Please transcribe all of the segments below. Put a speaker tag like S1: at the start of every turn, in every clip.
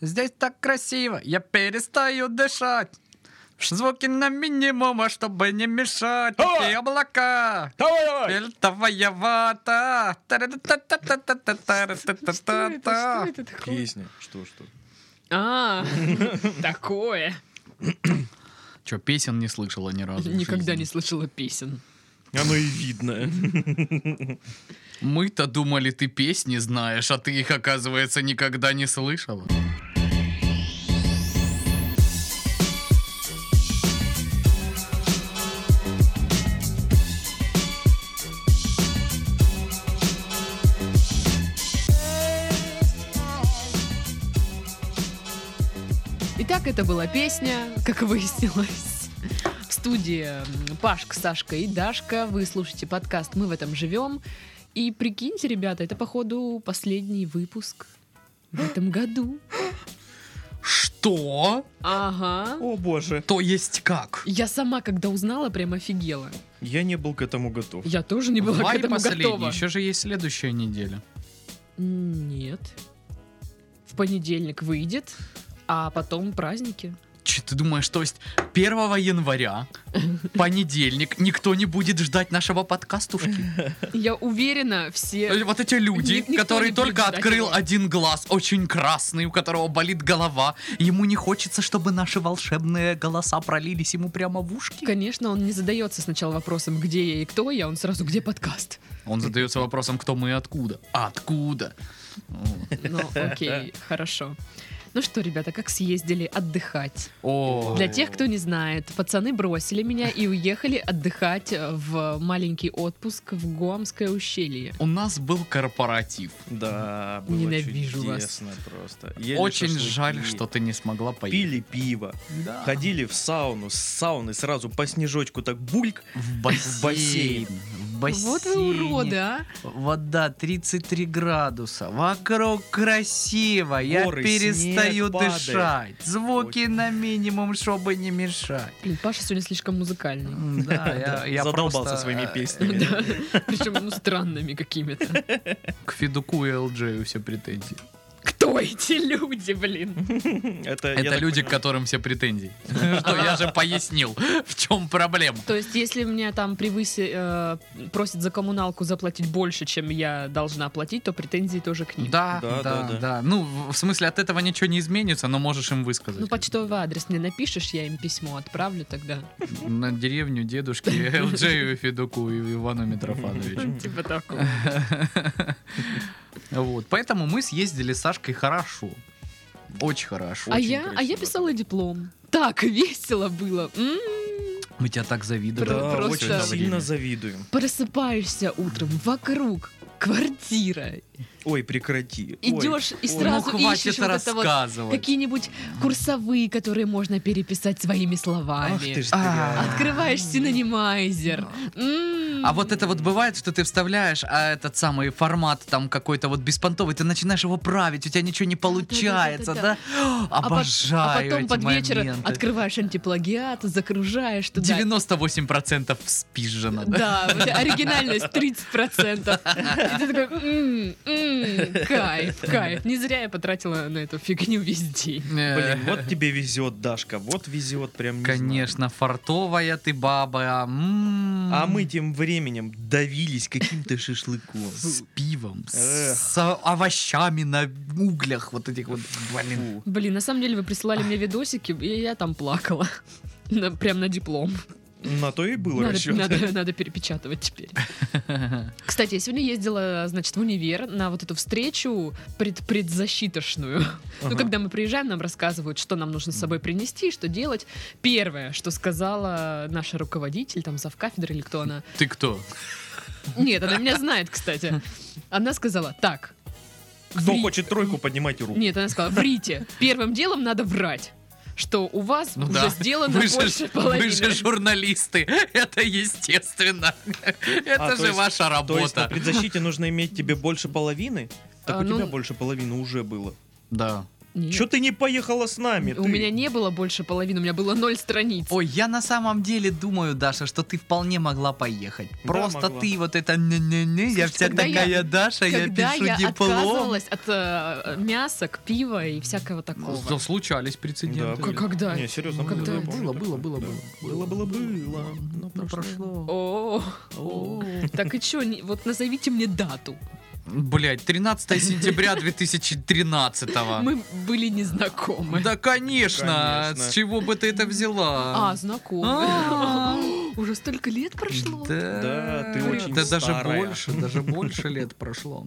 S1: Здесь так красиво, я перестаю дышать. Ш- Звуки на минимума, чтобы не мешать.
S2: Давай!
S1: И облака.
S2: Давай, давай!
S1: Пельтовая вата.
S3: Что это? Что это такое?
S2: Песня. Что, что?
S3: А, такое.
S1: Че, песен не слышала ни разу? в
S3: Никогда
S1: жизни?
S3: не слышала песен.
S2: Оно и видно.
S1: Мы-то думали, ты песни знаешь, а ты их, оказывается, никогда не слышала.
S3: Итак, это была песня, как выяснилось. В студии м, Пашка, Сашка и Дашка. Вы слушаете подкаст «Мы в этом живем». И прикиньте, ребята, это, походу, последний выпуск в этом году.
S1: Что?
S3: Ага.
S2: О, боже.
S1: То есть как?
S3: Я сама, когда узнала, прям офигела.
S2: Я не был к этому готов.
S3: Я тоже не была к
S1: Вай
S3: этому
S1: последний,
S3: готова.
S1: еще же есть следующая неделя.
S3: Нет. В понедельник выйдет, а потом праздники.
S1: Че ты думаешь, то есть 1 января, понедельник, никто не будет ждать нашего подкастушки?
S3: Я уверена,
S1: Э,
S3: все...
S1: Вот эти люди,
S3: Ник- никто
S1: которые
S3: не будет
S1: только
S3: ждать
S1: открыл
S3: его.
S1: один глаз, очень красный, у которого болит голова, ему не хочется, чтобы наши волшебные голоса пролились ему прямо в ушки.
S3: Конечно, он не задается сначала вопросом, где я и кто я, он сразу, где подкаст.
S1: Он задается вопросом, кто мы и откуда. Откуда?
S3: Ну, окей, хорошо. Ну что, ребята, как съездили отдыхать?
S1: О,
S3: Для тех, кто не знает, пацаны бросили меня и уехали отдыхать э, в маленький отпуск в Гуамское ущелье.
S1: у нас был корпоратив.
S2: Да, было
S3: Ненавижу вас.
S2: чудесно просто. Ели
S1: Очень
S2: шашлыки,
S1: жаль, что ты не смогла поехать.
S2: пили пиво,
S1: Да.
S2: ходили в сауну, с сауны сразу по снежочку так бульк.
S1: В бассейн.
S2: бассейн.
S1: В бассейн.
S3: Вот вы уроды, а!
S1: Вода 33 градуса. Вокруг красиво.
S2: Горы,
S1: Я перестаю
S2: снег падает.
S1: дышать. Звуки на минимум, чтобы не мешать.
S3: Блин, Паша сегодня слишком музыкальный.
S1: М, Да, я, я
S2: Задолбался
S1: просто,
S2: своими
S1: э,
S2: песнями.
S3: Да, причем ну, странными какими-то.
S1: К Федуку и Элджею все претензии.
S3: Кто эти люди, блин?
S2: Это, я
S1: Это
S2: так
S1: люди, к
S2: понимаю,
S1: которым все претензии. Ну Что я же пояснил, в чем проблема.
S3: То есть, если меня там превыси э, просят за коммуналку заплатить больше, чем я должна платить, то претензии тоже к ним.
S1: Да, да,
S2: Да,
S1: да,
S2: да, да.
S1: Ну, в в смысле, от этого ничего не изменится, но можешь им высказать.
S3: Ну, почтовый адрес мне напишешь, я им письмо отправлю тогда.
S1: На деревню дедушки Элджею и Федуку и Ивану Митрофановичу.
S3: Типа такого.
S1: Вот, поэтому мы съездили с Сашкой хорошо. Очень хорошо.
S3: А
S2: Очень
S3: я, а я
S2: красиво.
S3: писала диплом. Так весело было. М-м. М.
S1: Мы тебя так завидуем.
S3: Про-
S2: Да,
S3: просто-
S2: очень сильно завидуем.
S3: Просыпаешься утром, вокруг квартира.
S2: Ой, прекрати. Ой.
S3: Идешь и
S2: ой.
S1: Ну,
S3: сразу
S1: хватит
S3: ищешь вот это вот
S1: рассказывать.
S3: какие-нибудь курсовые, которые можно переписать своими словами.
S2: Ах ты ж
S1: А.
S2: дрянь.
S3: Открываешь синонимайзер. М-м. М.
S1: А вот это вот бывает, что ты вставляешь, а этот самый формат там какой-то вот беспонтовый, ты начинаешь его править, у тебя ничего не получается, да?
S3: Да-да-да-да-да. А пот-
S1: Обожаю
S3: А потом
S1: эти
S3: под вечер
S1: моменты.
S3: открываешь антиплагиат, закружаешь туда.
S1: 98% спизжено, да?
S3: Да, у тебя оригинальность 30%. И ты такой, «М, м, кайф, кайф. Не зря я потратила на эту фигню весь день.
S1: Э,
S2: Блин, вот тебе везет, Дашка, вот везет прям. не знаю.
S1: Конечно, фартовая ты баба. м.
S2: А мы тем временем давились каким-то шашлыком.
S1: с пивом, с,
S2: Эх.
S1: с овощами на углях вот этих вот, блин.
S2: Фу.
S3: Блин, на самом деле вы присылали мне видосики, и я там плакала. На- прям на диплом.
S2: На то и был
S3: Надо,
S2: расчет.
S3: надо- надо перепечатывать теперь. Кстати, я сегодня ездила, значит, в универ на вот эту встречу пред- предзащитошную. Ну,
S2: Ага.
S3: когда мы приезжаем, нам рассказывают, что нам нужно с собой принести, что делать. Первое, что сказала наша руководитель, там, завкафедра или кто она.
S1: Ты кто?
S3: Нет, она меня знает, кстати. Она сказала, так.
S2: Кто
S3: ври-
S2: хочет тройку, поднимайте руку.
S3: Нет, она сказала, врите. Первым делом надо врать что у вас
S1: Ну
S3: уже
S1: да.
S3: сделано
S1: Вы же,
S3: больше половины.
S1: вы же журналисты, это естественно. Это
S2: А, то
S1: же
S2: есть-
S1: ваша
S2: То есть на
S1: работа.
S2: предзащите нужно иметь тебе больше половины? Так
S3: А,
S2: у
S3: ну-
S2: тебя больше половины уже было.
S1: Да.
S3: Нет.
S2: Че ты не поехала с нами?
S3: У
S2: ты?
S3: меня не было больше половины, у меня было ноль страниц.
S1: Ой, я на самом деле думаю, Даша, что ты вполне могла поехать.
S2: Да,
S1: Просто
S2: могла.
S1: ты вот это не-не-не, я
S3: Слушай,
S1: вся
S3: когда
S1: такая
S3: я-
S1: Даша, я
S3: Когда
S1: пишу
S3: я
S1: диплом.
S3: отказывалась от э, мяса к пива и всякого такого.
S1: Да, случались прецеденты.
S2: Да, были.
S3: Когда?
S2: Ну, Не, серьезно,
S3: Ну,
S2: было,
S3: когда
S2: я
S3: это?
S2: помню
S1: Было,
S2: такое,
S1: было, было,
S2: да.
S1: было.
S2: Было, было, было. Но
S1: Ну,
S2: прошло.
S1: прошло.
S3: О,
S1: О.
S3: так и чё, не- вот назовите мне дату.
S1: Блять, 13 сентября 2013
S3: Мы были незнакомы.
S1: Да, конечно,
S2: Конечно.
S1: с чего бы ты это взяла?
S3: А,
S1: А.
S3: знакомы. Уже столько лет прошло.
S1: Да,
S2: Да, ты очень
S1: Да даже
S2: старая.
S1: больше, даже больше лет прошло.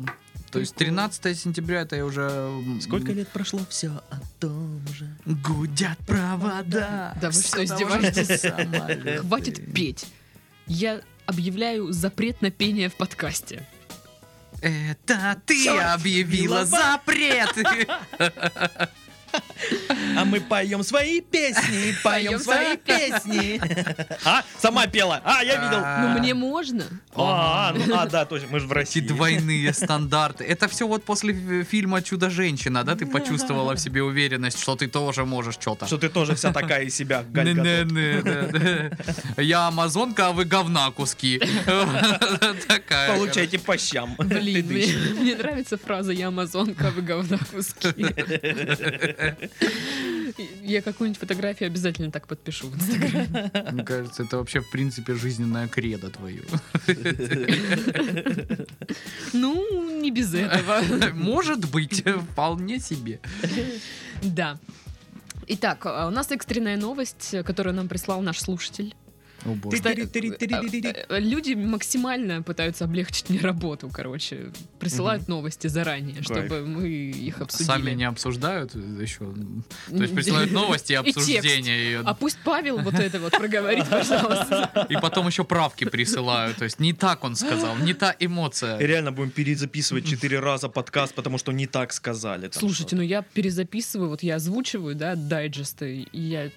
S1: То есть 13 сентября это я уже... м,
S2: Сколько лет прошло? Все о том же.
S1: Гудят провода.
S3: Да вы что,
S1: Всё того
S3: издеваетесь?
S1: же самолеты.
S3: Хватит петь. Я объявляю запрет на пение в подкасте.
S1: Это ты
S2: Всё,
S1: объявила
S2: объявила.
S1: запрет.
S2: А мы поем свои песни,
S3: Поём
S2: поем свои песни. А, сама пела. А, я видел.
S1: А,
S3: Ну мне можно?
S2: А, ну, а, да, точно, мы же в
S1: Эти
S2: России.
S1: двойные стандарты. Это все вот после фильма «Чудо-женщина», да? Ты почувствовала в себе уверенность, что ты тоже можешь что-то.
S2: Что ты тоже вся такая из себя, Галь Гадот.
S1: Не-не-не, да-да. Я амазонка, а вы говна куски. Такая.
S2: Получайте по щам.
S3: Блин,
S2: Ты дышишь.
S3: мне, мне нравится фраза «Я амазонка, а вы говна куски». Я какую-нибудь фотографию обязательно так подпишу в Инстаграме.
S1: Мне кажется, это вообще, в принципе, жизненная кредо твою.
S3: Ну, не без этого.
S1: Может быть, вполне себе.
S3: Да. Итак, а у нас экстренная новость, которую нам прислал наш слушатель.
S1: О, боже.
S3: Кстати, э, э, Люди максимально пытаются облегчить мне работу, короче. Присылают новости заранее, чтобы мы их обсудили.
S1: Сами не обсуждают еще. То есть присылают новости и
S3: И текст.
S1: обсуждение ее.
S3: А пусть Павел вот это вот проговорит, пожалуйста.
S1: И потом еще правки присылают. То есть не так он сказал, не та эмоция.
S2: Реально будем перезаписывать четыре раза подкаст, потому что не так сказали. там
S3: Слушайте, ну я перезаписываю, вот я озвучиваю, да, дайджесты, и я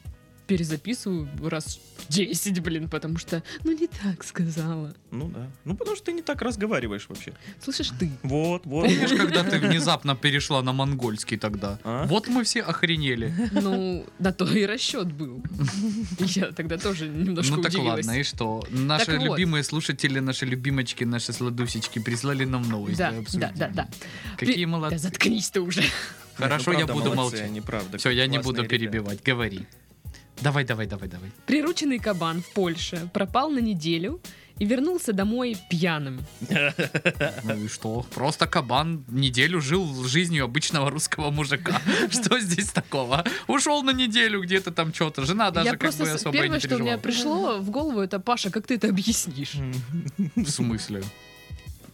S3: перезаписываю раз 10, блин, потому что, ну не так сказала.
S2: что-то. Ну да. Ну потому что ты не так разговариваешь вообще.
S3: Слышишь ты?
S2: Вот, вот.
S1: Помнишь, когда ты внезапно перешла на монгольский тогда?
S2: А?
S1: Вот мы все охренели.
S3: Ну, на то и расчет был. Я тогда тоже немножко
S1: Ну так
S3: удивилась.
S1: ладно, и что? Наши
S3: Так вот.
S1: любимые слушатели, наши любимочки, наши сладусечки прислали нам новость.
S3: Да,
S1: для
S3: да,
S1: обсуждения.
S3: да, да.
S1: Какие
S3: Ты- Да
S1: молодцы.
S3: заткнись ты уже.
S1: Хорошо, я буду молчать.
S2: Неправда.
S1: Все, я не буду перебивать, говори. Давай, давай, давай, давай.
S3: Прирученный кабан в Польше пропал на неделю и вернулся домой пьяным.
S1: Ну и что? Просто кабан неделю жил жизнью обычного русского мужика. Что здесь такого? Ушел на неделю где-то там что-то. Жена даже
S3: я
S1: как
S3: просто
S1: бы
S3: с-
S1: особо и
S3: первое,
S1: не
S3: что у меня
S1: переживала.
S3: пришло в голову, это Паша, как ты это объяснишь?
S1: В смысле?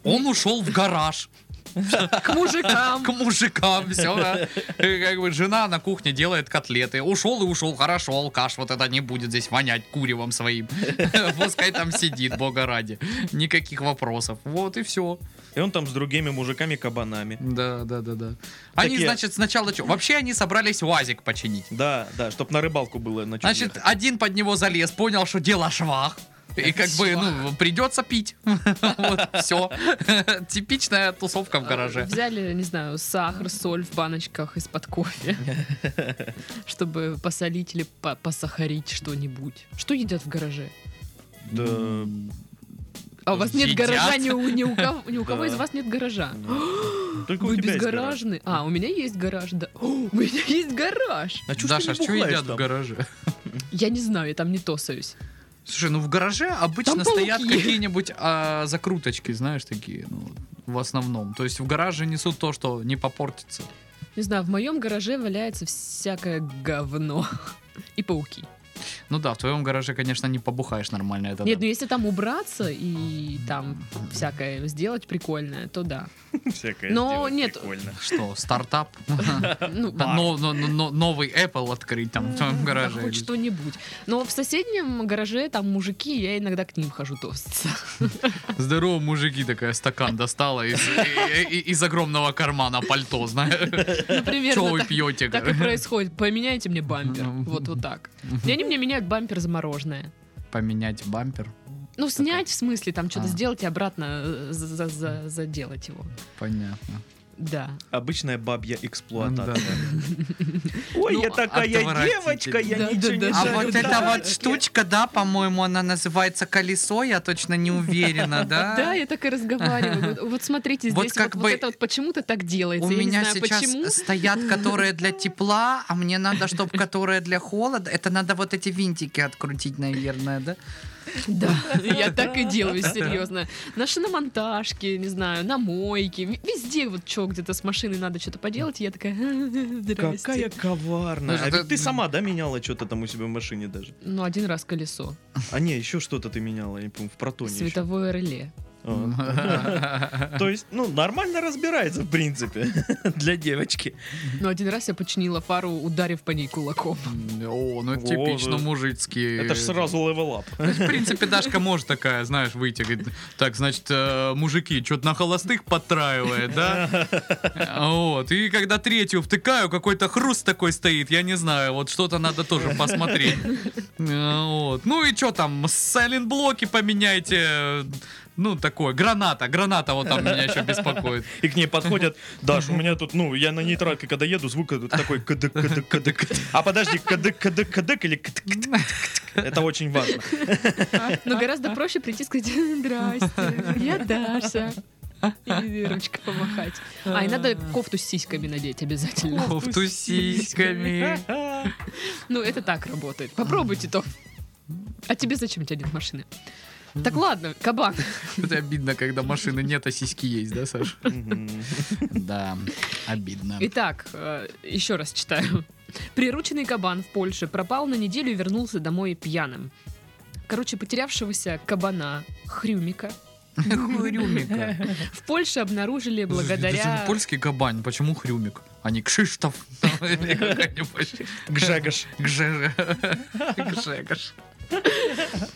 S1: Он ушел в гараж
S3: К мужикам.
S1: к мужикам, все, Как бы жена на кухне делает котлеты. Ушел и ушел, хорошо, алкаш вот это не будет здесь вонять куревом своим. Пускай там сидит, бога ради. Никаких вопросов. Вот и все.
S2: И он там с другими мужиками-кабанами.
S1: Да, да, да, да. Они,
S2: Такие-
S1: значит, сначала что? Вообще они собрались УАЗик починить.
S2: Да, да, чтоб на рыбалку было на чём
S1: Значит,
S2: ехать.
S1: один под него залез, понял, что дело швах. И как бы, ну, придется пить. Вот, все. Типичная тусовка в гараже.
S3: А, Взяли, не знаю, сахар, соль в баночках из-под кофе, чтобы посолить или по- посахарить что-нибудь. Что едят в гараже?
S2: Да,
S3: А у вас нет
S1: Едят?
S3: гаража, ни у, ни у кого, ни у кого из
S2: Да.
S3: вас нет гаража.
S2: Только у
S3: Вы
S2: тебя есть гараж.
S3: безгаражны. А, у меня есть гараж, да. О, у меня есть гараж.
S2: А чё ж ты
S1: Даша,
S2: не
S1: что
S2: бухаешь
S1: едят в
S2: там?
S1: гараже?
S3: Я не знаю, я там не тосаюсь.
S1: Слушай, ну в гараже обычно
S3: Там
S1: стоят
S3: пауки.
S1: какие-нибудь а, закруточки, знаешь, такие, ну, в основном. То есть в гараже несут то, что не попортится.
S3: Не знаю, в моем гараже валяется всякое говно. И пауки.
S1: Ну да, в твоем гараже, конечно, не побухаешь нормально. Это
S3: Нет,
S1: да.
S3: ну если там убраться и там всякое сделать прикольное, то да.
S2: Всякое
S3: Но
S2: сделать
S3: нет.
S2: прикольно.
S1: Что, стартап?
S3: Ну,
S1: Да, но- но- но- Новый Apple открыть там в твоем гараже.
S3: хоть что-нибудь. Но в соседнем гараже там мужики, я иногда к ним хожу тоститься.
S1: Здорово, мужики, такая стакан достала из, и- и- из огромного кармана пальто, знаешь.
S3: Например,
S1: Что вы пьете?
S3: Ну, так и происходит. Поменяйте мне бампер. Вот, вот так. И они мне меняют бампер за мороженое.
S1: Поменять бампер?
S3: Ну, снять, в смысле, там что-то
S1: А.
S3: сделать и обратно э, за- за- заделать его.
S1: Понятно.
S3: Да.
S2: Обычная бабья эксплуатация.
S1: Ой, Ну, я такая отвратительно. девочка, я
S3: Да, ничего да, не да.
S1: А
S3: Жаль,
S1: вот
S3: да,
S1: эта вот штучка, да, по-моему, она называется колесо, я точно не уверена,
S3: Да,
S1: да?
S3: я так и разговариваю. Вот, вот смотрите,
S1: Вот
S3: здесь
S1: как
S3: вот,
S1: бы
S3: вот это вот почему-то так делается.
S1: У
S3: я
S1: меня
S3: не знаю,
S1: сейчас
S3: почему.
S1: стоят, которые для тепла, а мне надо, чтобы которые для холода. Это надо вот эти винтики открутить, наверное, да?
S3: Да, я так и делаю, серьезно. На шиномонтажке, не знаю, на мойке, в- везде вот что где-то с машиной надо что-то поделать, и я такая, «Здрасте».
S2: Какая коварная.
S1: Ну,
S2: А
S1: это-
S2: ведь ты сама, да, меняла что-то там у себя в машине даже?
S3: Ну, один раз колесо,
S2: А не, еще что-то ты меняла, я не помню, в протоне ещё.
S3: световое реле.
S2: А. То есть, ну, нормально разбирается, в принципе, для девочки.
S3: Но Ну, один раз я починила фару, ударив по ней кулаком.
S1: О, ну это
S2: Во,
S1: типично
S2: да.
S1: мужицкий.
S2: Это же сразу левелап.
S1: Ну, В принципе, Дашка может такая, знаешь, выйти, говорит, так, значит, э, мужики, что-то на холостых подтраивает, да? Вот, и когда третью втыкаю, какой-то хруст такой стоит, я не знаю, вот что-то надо тоже посмотреть. Э, Вот, ну и что там, сайлент-блоки поменяйте, э, ну, такое, граната, граната вот там меня еще беспокоит.
S2: И к ней подходят, Даш, у меня тут, ну, я на нейтралке, когда еду, звук идут такой кадык, кадык, кадык. А подожди, кадык, кадык, кадык или кадык, кадык, кадык. Это очень важно.
S3: Но гораздо проще прийти и сказать, здрасте, я Даша. И ручка помахать. А, и надо кофту с сиськами надеть обязательно.
S1: Кофту с сиськами.
S3: Ну, это так работает. Попробуйте то. А тебе зачем тянет машины? Так ладно, кабан.
S1: Это обидно, когда машины нет, а сиськи есть, да, Саша?
S2: Мгм.
S1: Да, обидно.
S3: Итак, э, еще раз читаю. Прирученный кабан в Польше пропал на неделю и вернулся домой пьяным. Короче, потерявшегося кабана Хрюмика
S1: Хрюмика.
S3: в Польше обнаружили
S1: Это же
S3: благодаря...
S1: польский кабань, почему хрюмик? А не Кшиштов. там, или какая-нибудь.
S2: Гжегош.
S1: Гжеж. Гжегош.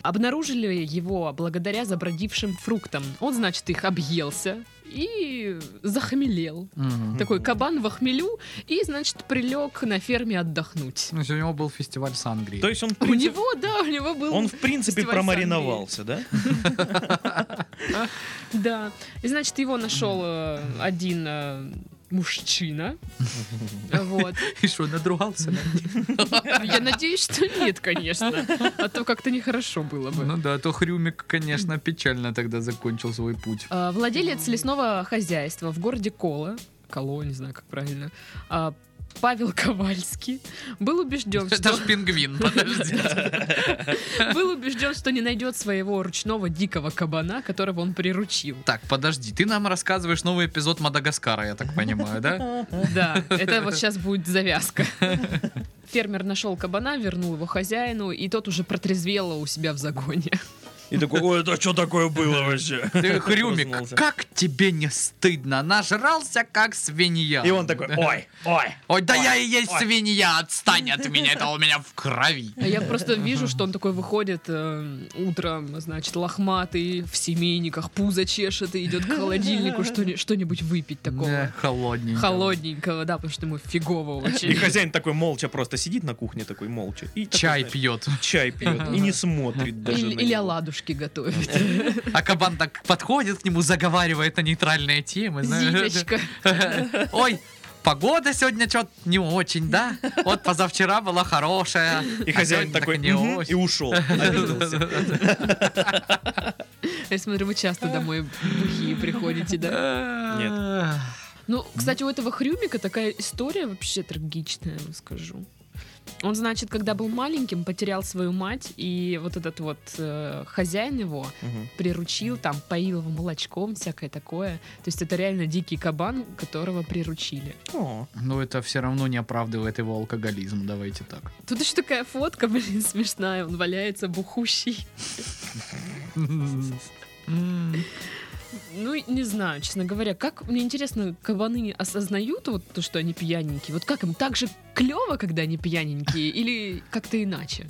S3: Обнаружили его благодаря забродившим фруктам. Он, значит, их объелся и захмелел.
S1: Мгм.
S3: Такой кабан в охмелю и, значит, прилег на ферме отдохнуть.
S1: Ну, сегодня у него был фестиваль Сангрии.
S2: То есть он, в
S3: У
S2: принципе,
S3: него, да, у него был...
S2: он в принципе
S3: фестиваль
S2: промариновался, да?
S3: Да. И значит, его нашел э, один э, мужчина. Вот. А
S1: И что, надругался?
S3: Я надеюсь, что нет, конечно. А то как-то нехорошо было бы.
S1: Ну да, то хрюмик, конечно, печально тогда закончил свой путь.
S3: А, Владелец лесного хозяйства в городе Кола, Коло, не знаю, как правильно, а, Павел Ковальский был убежден,
S1: Это
S3: что
S1: ж пингвин, подождите.
S3: был убежден, что не найдет своего ручного дикого кабана, которого он приручил.
S1: Так, подожди, ты нам рассказываешь новый эпизод Мадагаскара, я так понимаю, да?
S3: Да, это вот сейчас будет завязка. Фермер нашел кабана, вернул его хозяину, и тот уже протрезвел у себя в загоне.
S2: И такой, ой, это что такое было вообще?
S1: Ты, хрюмик,
S2: Проснулся.
S1: как тебе не стыдно? Нажрался, как свинья.
S2: И он такой, ой, ой.
S1: Ой, да
S2: Ой,
S1: я и есть
S2: ой.
S1: свинья, отстань от меня, это у меня в крови.
S3: А Я просто вижу, что он такой выходит э, утром, значит, лохматый, в семейниках, пузо чешет и идет к холодильнику что- что-нибудь выпить такого.
S1: Холодненько.
S3: Холодненького, да, потому что ему фигово
S2: И
S3: очень.
S2: хозяин такой молча просто сидит на кухне такой молча. И такой,
S1: Чай
S2: знаешь,
S1: пьет.
S2: Чай пьет. И не смотрит даже
S3: Или,
S2: на
S3: или
S2: него.
S3: оладушки готовит.
S1: А кабан так подходит к нему, заговаривает на нейтральные темы. знаешь.
S3: Зиточка.
S1: Ой, погода сегодня что-то не очень, да? Вот позавчера была хорошая.
S2: И
S1: а
S2: хозяин
S1: сегодня
S2: такой,
S1: так и не
S2: «Мгм», и
S1: очень.
S2: ушел. Обиделся.
S3: Я смотрю, вы часто домой бухие приходите, да?
S1: Нет.
S3: Ну, кстати, у этого Хрюмика такая история вообще трагичная, я вам скажу. Он, значит, когда был маленьким, потерял свою мать, и вот этот вот э, хозяин его
S2: Мгм.
S3: приручил, там, поил его молочком, всякое такое. То есть это реально дикий кабан, которого приручили.
S2: О,
S1: Ну, это все равно не оправдывает его алкоголизм, давайте так.
S3: Тут еще такая фотка, блин, смешная, он валяется бухущий. Ну, и не знаю, честно говоря, как, мне интересно, кабаны осознают вот то, что они пьяненькие? Вот как им, так же клево, когда они пьяненькие, или как-то иначе?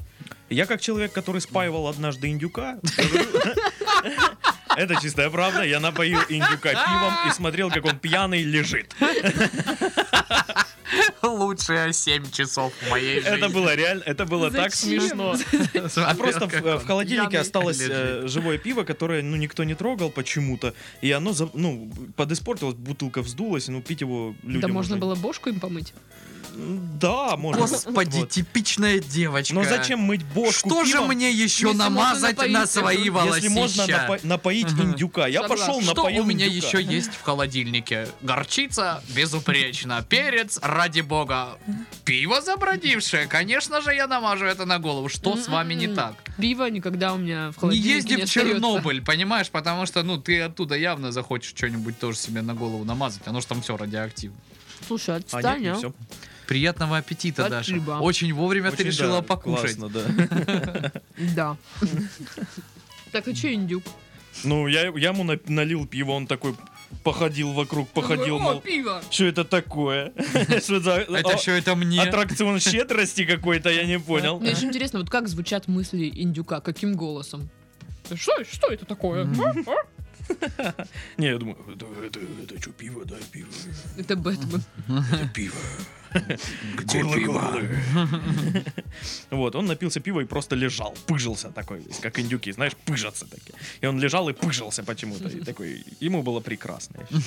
S2: Я как человек, который спаивал однажды индюка. скажу, Это чистая правда. Я напоил индюка пивом и смотрел, как он пьяный лежит.
S1: лучшие 7 часов в моей жизни.
S2: Это было реально, это было так
S3: Зачем?
S2: смешно.
S1: Смотрел,
S2: А просто
S1: как
S2: в, в
S1: он.
S2: холодильнике
S3: пьяный
S2: осталось э,
S1: лежит.
S2: живое пиво, которое ну никто не трогал почему-то, и оно за- ну подиспортилось, бутылка вздулась, и, ну пить его людям.
S3: Да можно
S2: уже-
S3: было бошку им помыть.
S2: М, Да, можно.
S1: Господи,
S2: Вот.
S1: типичная девочка.
S2: Но зачем мыть бошку
S1: Что же
S2: пивом,
S1: мне еще
S3: Если можно
S1: намазать на
S3: напоить
S1: свои
S3: этого.
S1: волосища?
S2: если можно напо- напоить
S1: Ага.
S2: индюка? Я
S3: Согласна.
S2: пошел
S1: Что
S2: напою
S1: у меня
S2: индюка.
S1: еще есть в холодильнике? Горчица безупречно, перец, ради бога, пиво забродившее. Конечно же, я намажу это на голову. Что с вами не
S3: М-м-м.
S1: так?
S3: Пиво никогда у меня в
S1: Не
S3: холодильнике не
S1: езди в
S3: остается.
S1: Чернобыль, понимаешь, потому что, ну, ты оттуда явно захочешь что-нибудь тоже себе на голову намазать, оно же там все радиоактивно.
S3: Слушай,
S2: А, нет,
S3: отстань,
S2: не
S3: а.
S2: всё.
S1: Приятного аппетита,
S3: Спасибо.
S1: Даша. Очень вовремя ты
S2: Очень,
S1: решила
S2: да,
S1: покушать.
S2: классно, да.
S3: Да. Так, и че индюк?
S2: Ну, я, я ему на- налил пиво, он такой походил вокруг, походил,
S3: О,
S2: мол,
S3: пиво!
S2: что это такое? Что за
S1: Это
S2: а-
S1: все это мне.
S2: аттракцион щедрости какой-то, я не понял.
S3: Мне еще интересно, вот как звучат мысли индюка, каким голосом? Что, что это такое?
S1: Мгм.
S3: А? А?
S2: Не, я думаю, это, это, это что, пиво, да, пиво,
S3: Это Бэтмен.
S2: это пиво.
S1: Где
S2: Горло,
S1: пиво?
S2: горло. Вот, он напился пива и просто лежал, пыжился такой, весь, как индюки, знаешь, пыжатся такие. И он лежал и пыжился почему-то, и такой, ему было прекрасно. я считаю.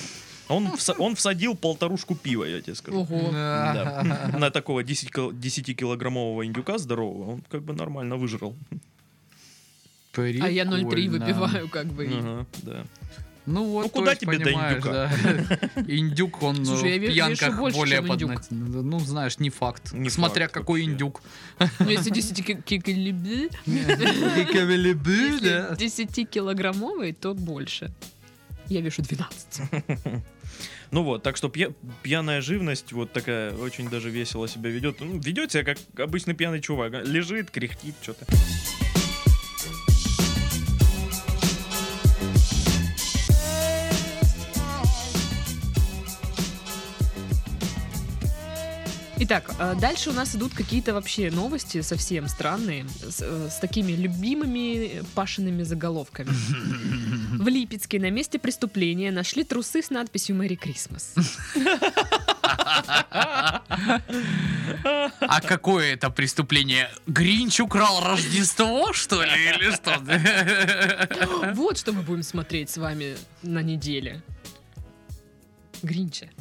S2: Он, вса- он всадил полторушку пива, я тебе скажу.
S3: Ого.
S1: Да.
S2: Да. На такого 10-килограммового индюка здорового он как бы нормально выжрал.
S3: А я 0,3
S1: Прикольно.
S3: выпиваю, как бы. и-
S2: Ага, да.
S1: Ну вот,
S2: Ну
S1: то
S2: куда
S1: есть,
S2: тебе до
S1: понимаешь, да. Индюк, он
S3: Слушай,
S1: э,
S3: я
S1: в
S3: ве-
S1: пьянках
S3: вешу больше,
S1: более
S3: чем индюк.
S1: поднат. Ну, знаешь, не факт.
S2: Не
S1: Смотря
S2: факт
S1: какой
S2: вообще.
S1: индюк.
S3: Ну, если 10 Если 10-килограммовый, то больше. Я вешу 12.
S2: Ну вот, так что пья- пьяная живность вот такая очень даже весело себя ведет. Ну, ведет себя как обычный пьяный чувак. а. Лежит, кряхтит что-то.
S3: Итак, э, дальше у нас идут какие-то вообще новости совсем странные, с, э, с такими любимыми э, пашиными заголовками. В Липецке на месте преступления нашли трусы с надписью «Мэри Крисмас».
S1: А какое это преступление? Гринч украл Рождество, что ли, или что?
S3: Вот что мы будем смотреть с вами на неделе. Гринча.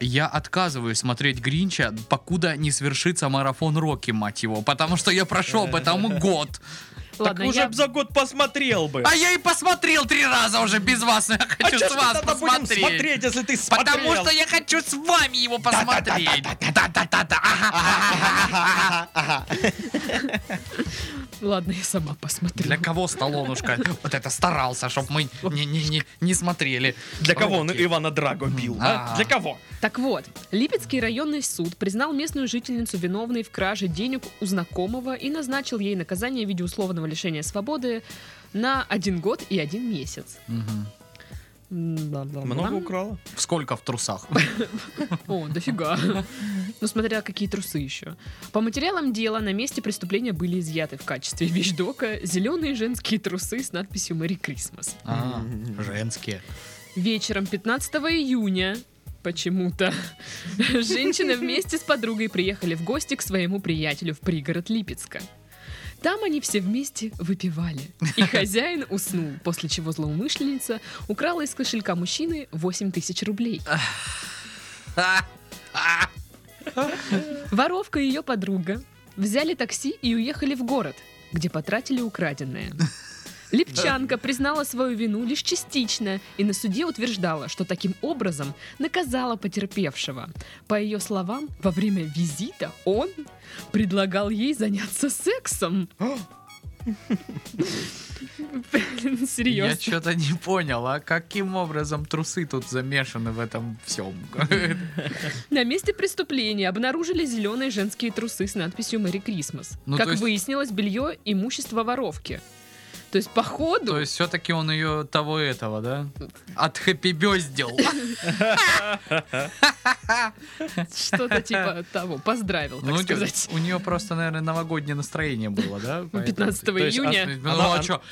S1: Я отказываюсь смотреть Гринча, покуда не свершится марафон Рокки, мать его, потому что я прошел об этом год.
S3: Ладно,
S2: так уже
S3: я...
S2: б за год посмотрел бы.
S1: А я и посмотрел три раза уже без вас, я
S2: А
S1: хочу
S2: чё ж
S1: с
S2: мы
S1: вас
S2: тогда будем
S1: посмотреть.
S2: смотреть, если ты смотрел?
S1: Потому что я хочу с вами его посмотреть. Да-да-да-да. Ага.
S3: Ладно, я сама посмотрю.
S1: Для кого Сталонушка? Вот это старался, чтобы мы не, не, не, не смотрели.
S2: Для кого он
S1: Рокки.
S2: Ивана Драго бил? а?
S1: А.
S2: Для кого?
S3: Так вот, Липецкий районный суд признал местную жительницу виновной в краже денег у знакомого и назначил ей наказание в виде условного лишения свободы на один год и один месяц.
S1: Мгм.
S3: М, бла-бла-бла.
S2: Много украла?
S1: Сколько в трусах?
S3: О, дофига. Ну, смотря какие трусы еще. По материалам дела на месте преступления были изъяты в качестве вещдока зеленые женские трусы с надписью «Мэри Крисмас».
S1: А, Женские.
S3: Вечером 15 июня почему-то женщины вместе с подругой приехали в гости к своему приятелю в пригород Липецка. Там они все вместе выпивали. И хозяин уснул, после чего злоумышленница украла из кошелька мужчины 8 тысяч рублей.
S1: Ха. А.
S3: Воровка и ее подруга взяли такси и уехали в город, где потратили украденное. Липчанка признала свою вину лишь частично и на суде утверждала, что таким образом наказала потерпевшего. По ее словам, во время визита он предлагал ей заняться сексом. Блин,
S1: Я
S3: серьезно.
S1: что-то не понял, а каким образом трусы тут замешаны в этом всем?
S3: На месте преступления обнаружили зеленые женские трусы с надписью «Мэри Крисмас».
S1: Ну, то
S3: как
S1: есть-
S3: выяснилось, белье – имущество воровки. То есть, походу...
S1: То есть все-таки он ее того и этого, да? От хэппи бездел.
S3: Что-то типа того. Поздравил, так
S1: Ну,
S3: сказать.
S1: У нее просто, наверное, новогоднее настроение было, да? Поэтому-
S3: 15
S2: То есть
S3: июня.
S1: Ну
S2: Она-
S1: а
S2: она-
S1: что?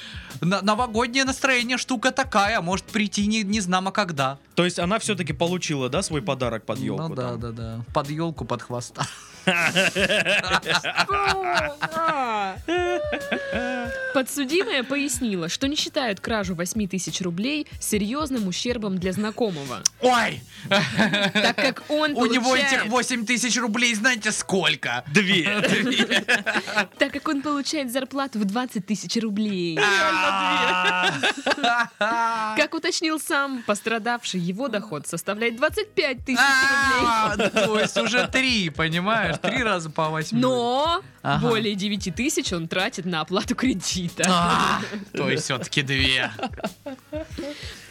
S1: Новогоднее настроение штука такая, может прийти не, не знамо когда.
S2: То есть она все-таки получила, да, свой подарок под елку?
S1: ну да, да, да. Под елку, под хвоста.
S3: а! Подсудимая пояснила, что не считает кражу 8 тысяч рублей серьезным ущербом для знакомого,
S1: Ой!
S3: так как он
S1: У него этих
S3: получает,
S1: 8 тысяч рублей, знаете, сколько?
S2: Две.
S3: так как он получает зарплату в 20 тысяч рублей. Как уточнил сам пострадавший, его доход составляет 25 тысяч рублей.
S1: А, То есть уже три, понимаешь? Три раза по 8.
S3: Но
S1: Ага.
S3: более 9 тысяч он тратит на оплату кредита.
S1: А, То есть все-таки две.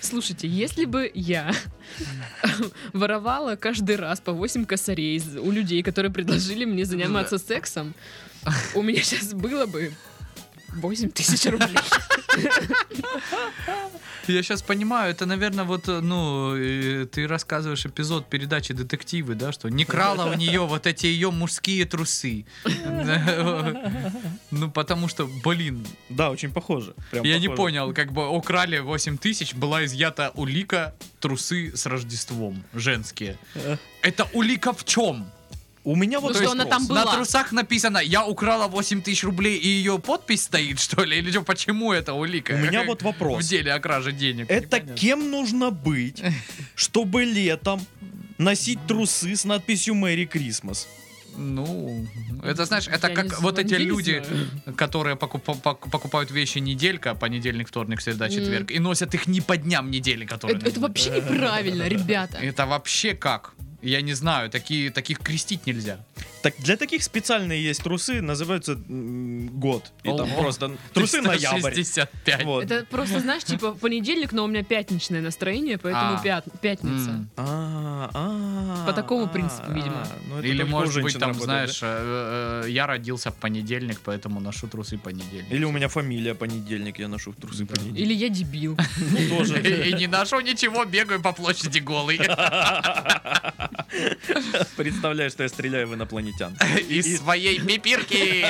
S3: Слушайте, если бы я воровала каждый раз по 8 косарей из- у людей, которые предложили мне заниматься сексом, у меня сейчас было бы 8 тысяч рублей.
S1: Я сейчас понимаю, это, наверное, вот, э, ну, э, ты рассказываешь эпизод передачи «Детективы», да, что не крала у нее вот эти ее мужские трусы. Ну, потому что, блин,
S2: Да, очень похоже. Прям
S1: я не
S2: похоже.
S1: понял, как бы украли 8 тысяч, была изъята улика трусы с Рождеством, женские. Это улика в чем?
S2: У меня
S3: Ну
S2: вот...
S3: что, она там
S1: На
S3: была?
S1: трусах написано, я украла 8 тысяч рублей, и ее подпись стоит, что ли? Или что, почему это улика?
S2: У меня
S1: Как
S2: вот
S1: В
S2: вопрос.
S1: деле о краже денег.
S2: Это
S1: непонятно.
S2: кем нужно быть, чтобы летом носить трусы с надписью «Мэри Крисмас»?
S1: Ну, это знаешь, это
S3: Я не
S1: как
S3: знаю,
S1: вот эти
S3: я не
S1: люди,
S3: знаю.
S1: которые покупа- пок- покупают вещи неделька, а понедельник, вторник, среда,
S3: М.
S1: четверг, и носят их не по дням недели, которые.
S3: Это это вообще неправильно, ребята.
S1: Это вообще как? Я не знаю, такие, таких крестить нельзя.
S2: Так для таких специальные есть трусы, называются м, год. И там
S1: Ого.
S2: просто трусы ноябрь.
S1: 365.
S2: Вот.
S3: Это просто, знаешь, типа понедельник, но у меня пятничное настроение, поэтому
S1: А.
S3: пят- пятница.
S1: М.
S2: А, а,
S3: По такому
S2: а,
S3: принципу,
S2: а.
S3: видимо.
S2: Ну, это
S1: Или
S2: только у
S1: может быть
S2: женщин
S1: там,
S2: работает,
S1: знаешь, э, э, я родился в понедельник, поэтому ношу трусы
S2: да?
S1: понедельник.
S2: Или у меня фамилия понедельник, я ношу трусы
S1: Да.
S2: понедельник.
S3: Или я дебил.
S2: Ну, тоже.
S1: И не ношу ничего, бегаю по площади голый.
S2: Представляю, что я стреляю в инопланетян.
S1: Из своей пипирки.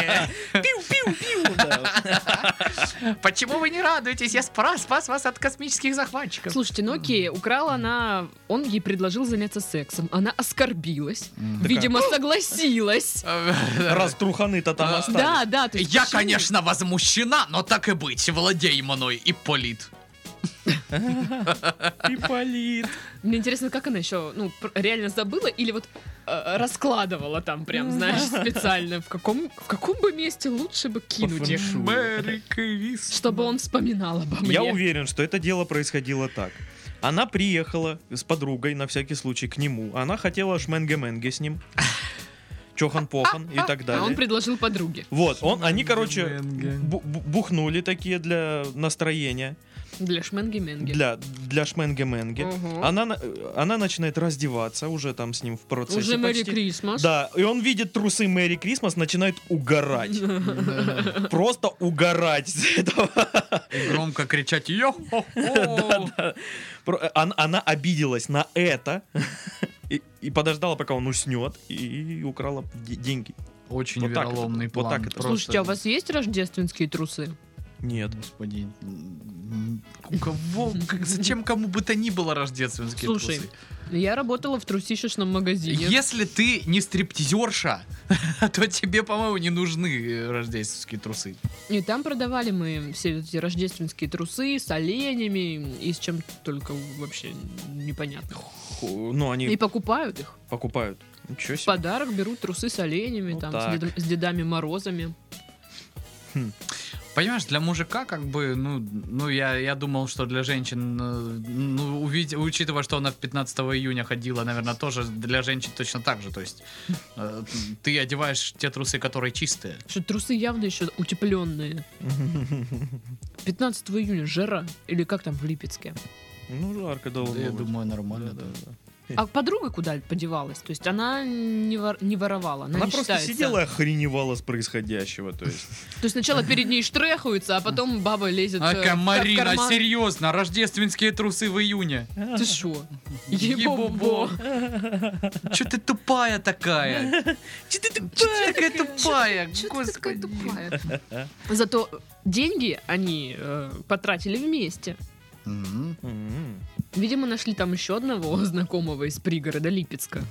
S3: Ну,
S2: Пиу-пиу-пиу. да.
S1: Почему вы не радуетесь? Я спас, спас вас от космических захватчиков.
S3: Слушайте, ну окей, украла она... Он ей предложил заняться сексом. Она оскорбилась. Видимо, согласилась.
S2: Раз труханы-то там
S1: А,
S2: остались.
S3: Да, да. то есть
S1: Я,
S3: почему?
S1: конечно, возмущена, но так и быть, владей мной, Ипполит.
S2: Ипполит.
S3: Мне интересно, как она еще, ну, пр- реально забыла или вот э, раскладывала там прям, знаешь, специально. В каком, в каком бы месте лучше бы кинуть их,
S2: фэншую.
S3: чтобы он вспоминал обо мне.
S2: Я уверен, что это дело происходило так. Она приехала с подругой, на всякий случай, к нему. Она хотела шменге-менге с ним. Чохан-похан и так
S3: А он
S2: далее.
S3: предложил подруге
S2: Вот, он, они, короче,
S1: Шменге-менге.
S2: бу- бу- бухнули такие для настроения,
S3: для шменги-менги.
S2: для, для шменге-менге.
S3: Ого.
S2: Она, на- она начинает раздеваться уже там с ним в процессе
S3: Уже Мэри
S2: почти.
S3: Крисмас.
S2: Да, и он видит трусы Мэри Крисмас, начинает угорать. Просто угорать с этого.
S1: Громко кричать йо
S2: Про- э, он- Она обиделась на это и и подождала, пока он уснет, и украла де- деньги.
S1: Очень
S2: Вот так это,
S1: вероломный
S2: вот
S1: план.
S2: так это.
S1: просто.
S3: Слушайте, а у вас есть рождественские трусы?
S2: Нет.
S1: Господи, м, у кого, как- зачем кому бы то ни было рождественские
S3: Слушай,
S1: трусы?
S3: Я работала в трусишечном магазине.
S1: Если ты не стриптизерша, то тебе, по-моему, не нужны э, рождественские трусы.
S3: И там продавали мы все эти рождественские трусы с оленями и с чем только вообще непонятно.
S2: Ху- Ну, они
S3: И покупают их.
S2: покупают. Ничего себе.
S3: В подарок берут трусы с оленями,
S2: Ну
S3: там,
S2: так.
S3: с, дедом- с дедами Морозами.
S1: Понимаешь, для мужика как бы, ну, ну я, я думал, что для женщин, э, ну, увид- учитывая, что она в 15 июня ходила, наверное, тоже для женщин точно так же. То есть э, ты одеваешь те трусы, которые чистые.
S3: Что трусы явно еще утепленные. 15 июня жара. Или как там в Липецке?
S2: Ну, жарко
S1: Да,
S2: должно
S1: я
S2: быть.
S3: Ну,
S1: думаю, нормально.
S2: Да,
S1: да.
S2: да, да.
S3: А подруга куда подевалась? То есть она не, вор- не воровала, она,
S2: Она
S3: Ну, не
S2: просто
S3: считается.
S2: сидела и охреневала с происходящего. То есть.
S3: То есть сначала перед ней штрехаются, а потом баба лезет э, в
S1: Ака,
S3: кар-
S1: Марина,
S3: карман.
S1: серьезно, рождественские трусы в июне.
S3: Ты шо?
S1: Ебо-бо.
S3: Ебо-бо.
S1: Че ты тупая такая? Че ты тупая? такая тупая?
S3: Чё ты такая
S1: Господи.
S3: тупая? Зато деньги они э, потратили вместе.
S1: Мгм.
S2: М.
S3: Видимо, нашли там еще одного знакомого из пригорода Липецка.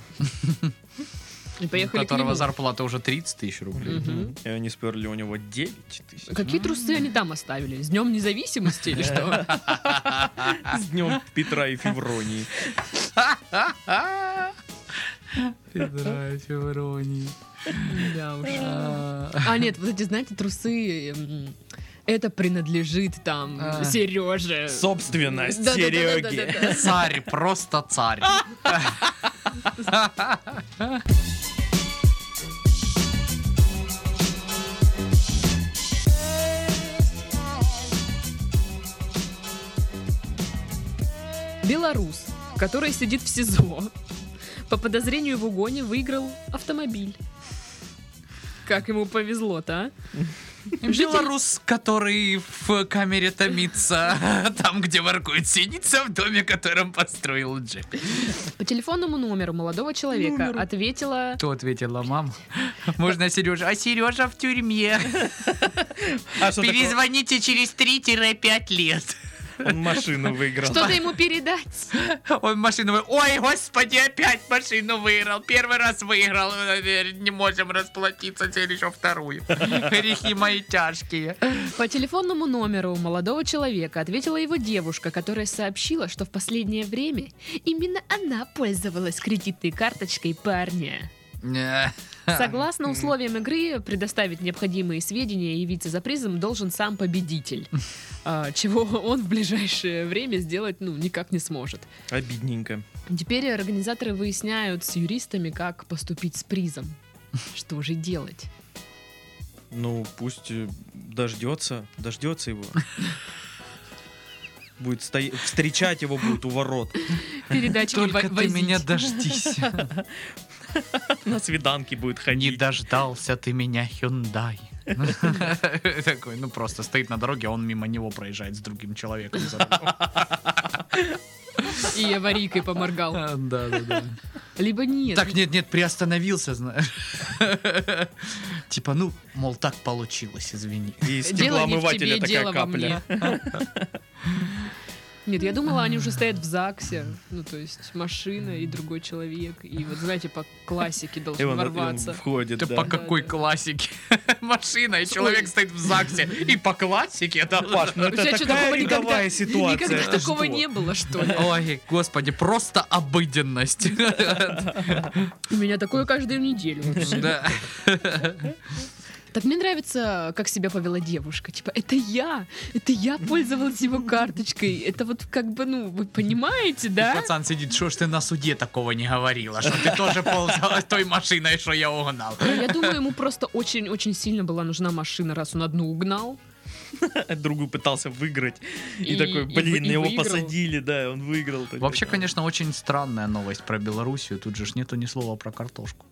S3: И поехали
S1: У
S3: к нему.
S1: которого зарплата уже 30 тысяч рублей.
S3: Мгм.
S2: И они сперли у него 9 тысяч.
S3: Какие трусы они там оставили? С Днем Независимости или что?
S2: С днем Петра и Февронии.
S1: Петра Феврони.
S3: Да уж.
S1: А.
S3: А нет, вот эти, знаете, трусы... м, Это принадлежит там
S1: А.
S3: Сереже.
S2: Собственность
S3: Да-да-да-да-да-да.
S2: Сереги.
S1: Царь, просто царь.
S3: Белорус, который сидит в СИЗО, по подозрению в угоне выиграл автомобиль. Как ему повезло-то, а?
S1: Белорус, который в камере томится, там, где воркует синица, в доме, которым построил джип.
S3: а? По телефонному номеру молодого человека ответила...
S1: Кто ответила, мам? Можно Сережа? А Сережа в тюрьме.
S2: А что такое?
S1: Перезвоните через 3-5 лет.
S2: Он машину выиграл.
S3: Что-то ему передать.
S1: Он машину выиграл. Ой, господи, опять машину выиграл. Первый раз выиграл. Э, Не можем расплатиться, теперь еще вторую. Грехи мои тяжкие.
S3: По телефонному номеру молодого человека ответила его девушка, которая сообщила, что в последнее время именно она пользовалась кредитной карточкой парня.
S1: Не.
S3: Согласно условиям игры, предоставить необходимые сведения и явиться за призом должен сам победитель, а, чего он в ближайшее время сделать ну, никак не сможет.
S2: Обидненько.
S3: Теперь организаторы выясняют с юристами, как поступить с призом. Что же делать?
S2: Ну, пусть э, дождется, дождется его. Будет стоять, встречать его будет у ворот.
S3: Передачи не
S1: Только
S3: во-
S1: ты меня
S3: возить.
S1: дождись.
S2: На свиданке будет
S1: Не
S2: ходить.
S1: дождался ты меня, Hyundai. Такой, ну просто стоит на дороге, а он мимо него проезжает с другим человеком. за рулем.
S3: И аварийкой поморгал.
S1: А, Да, да, да.
S3: Либо нет.
S1: Так, нет, ну- нет, приостановился, знаешь. Типа, ну, мол, так получилось, извини.
S2: И
S3: Дело не в
S2: стеклоомывателя
S3: тебе,
S2: такая
S3: дело во
S2: капля.
S3: мне. Нет, я думала, они уже стоят в ЗАГСе. Ну, то есть машина и другой человек. И вот, знаете, по классике
S2: И
S3: должен
S2: он, и он
S3: ворваться.
S2: входит,
S1: Ты
S2: да.
S1: по какой
S3: Да, да.
S1: классике? Машина, и человек стоит в ЗАГСе. И по классике, да?
S2: Паш, ну
S3: У
S2: это
S3: тебя что,
S2: такая
S3: такого никогда-
S2: рядовая ситуация.
S3: Никогда
S2: это
S3: такого
S2: что?
S3: не было, что ли?
S1: Ой, господи, просто обыденность.
S3: У меня такое каждую неделю.
S1: Да.
S3: Так мне нравится, как себя повела девушка. Типа, это я, это я пользовалась его карточкой. Это вот как бы, ну, вы понимаете,
S1: И
S3: да?
S1: Пацан сидит, что ж ты на суде такого не говорила, что ты тоже ползала той машиной, что я угнал.
S3: Я думаю, ему просто очень-очень сильно была нужна машина, раз он одну угнал.
S2: Другую пытался выиграть. И,
S3: И-
S2: такой,
S3: и
S2: блин,
S3: вы- и
S2: его
S3: выиграл.
S2: посадили, да, он выиграл.
S1: Вообще, конечно, очень странная новость про Белоруссию. Тут же ж нету ни слова про картошку.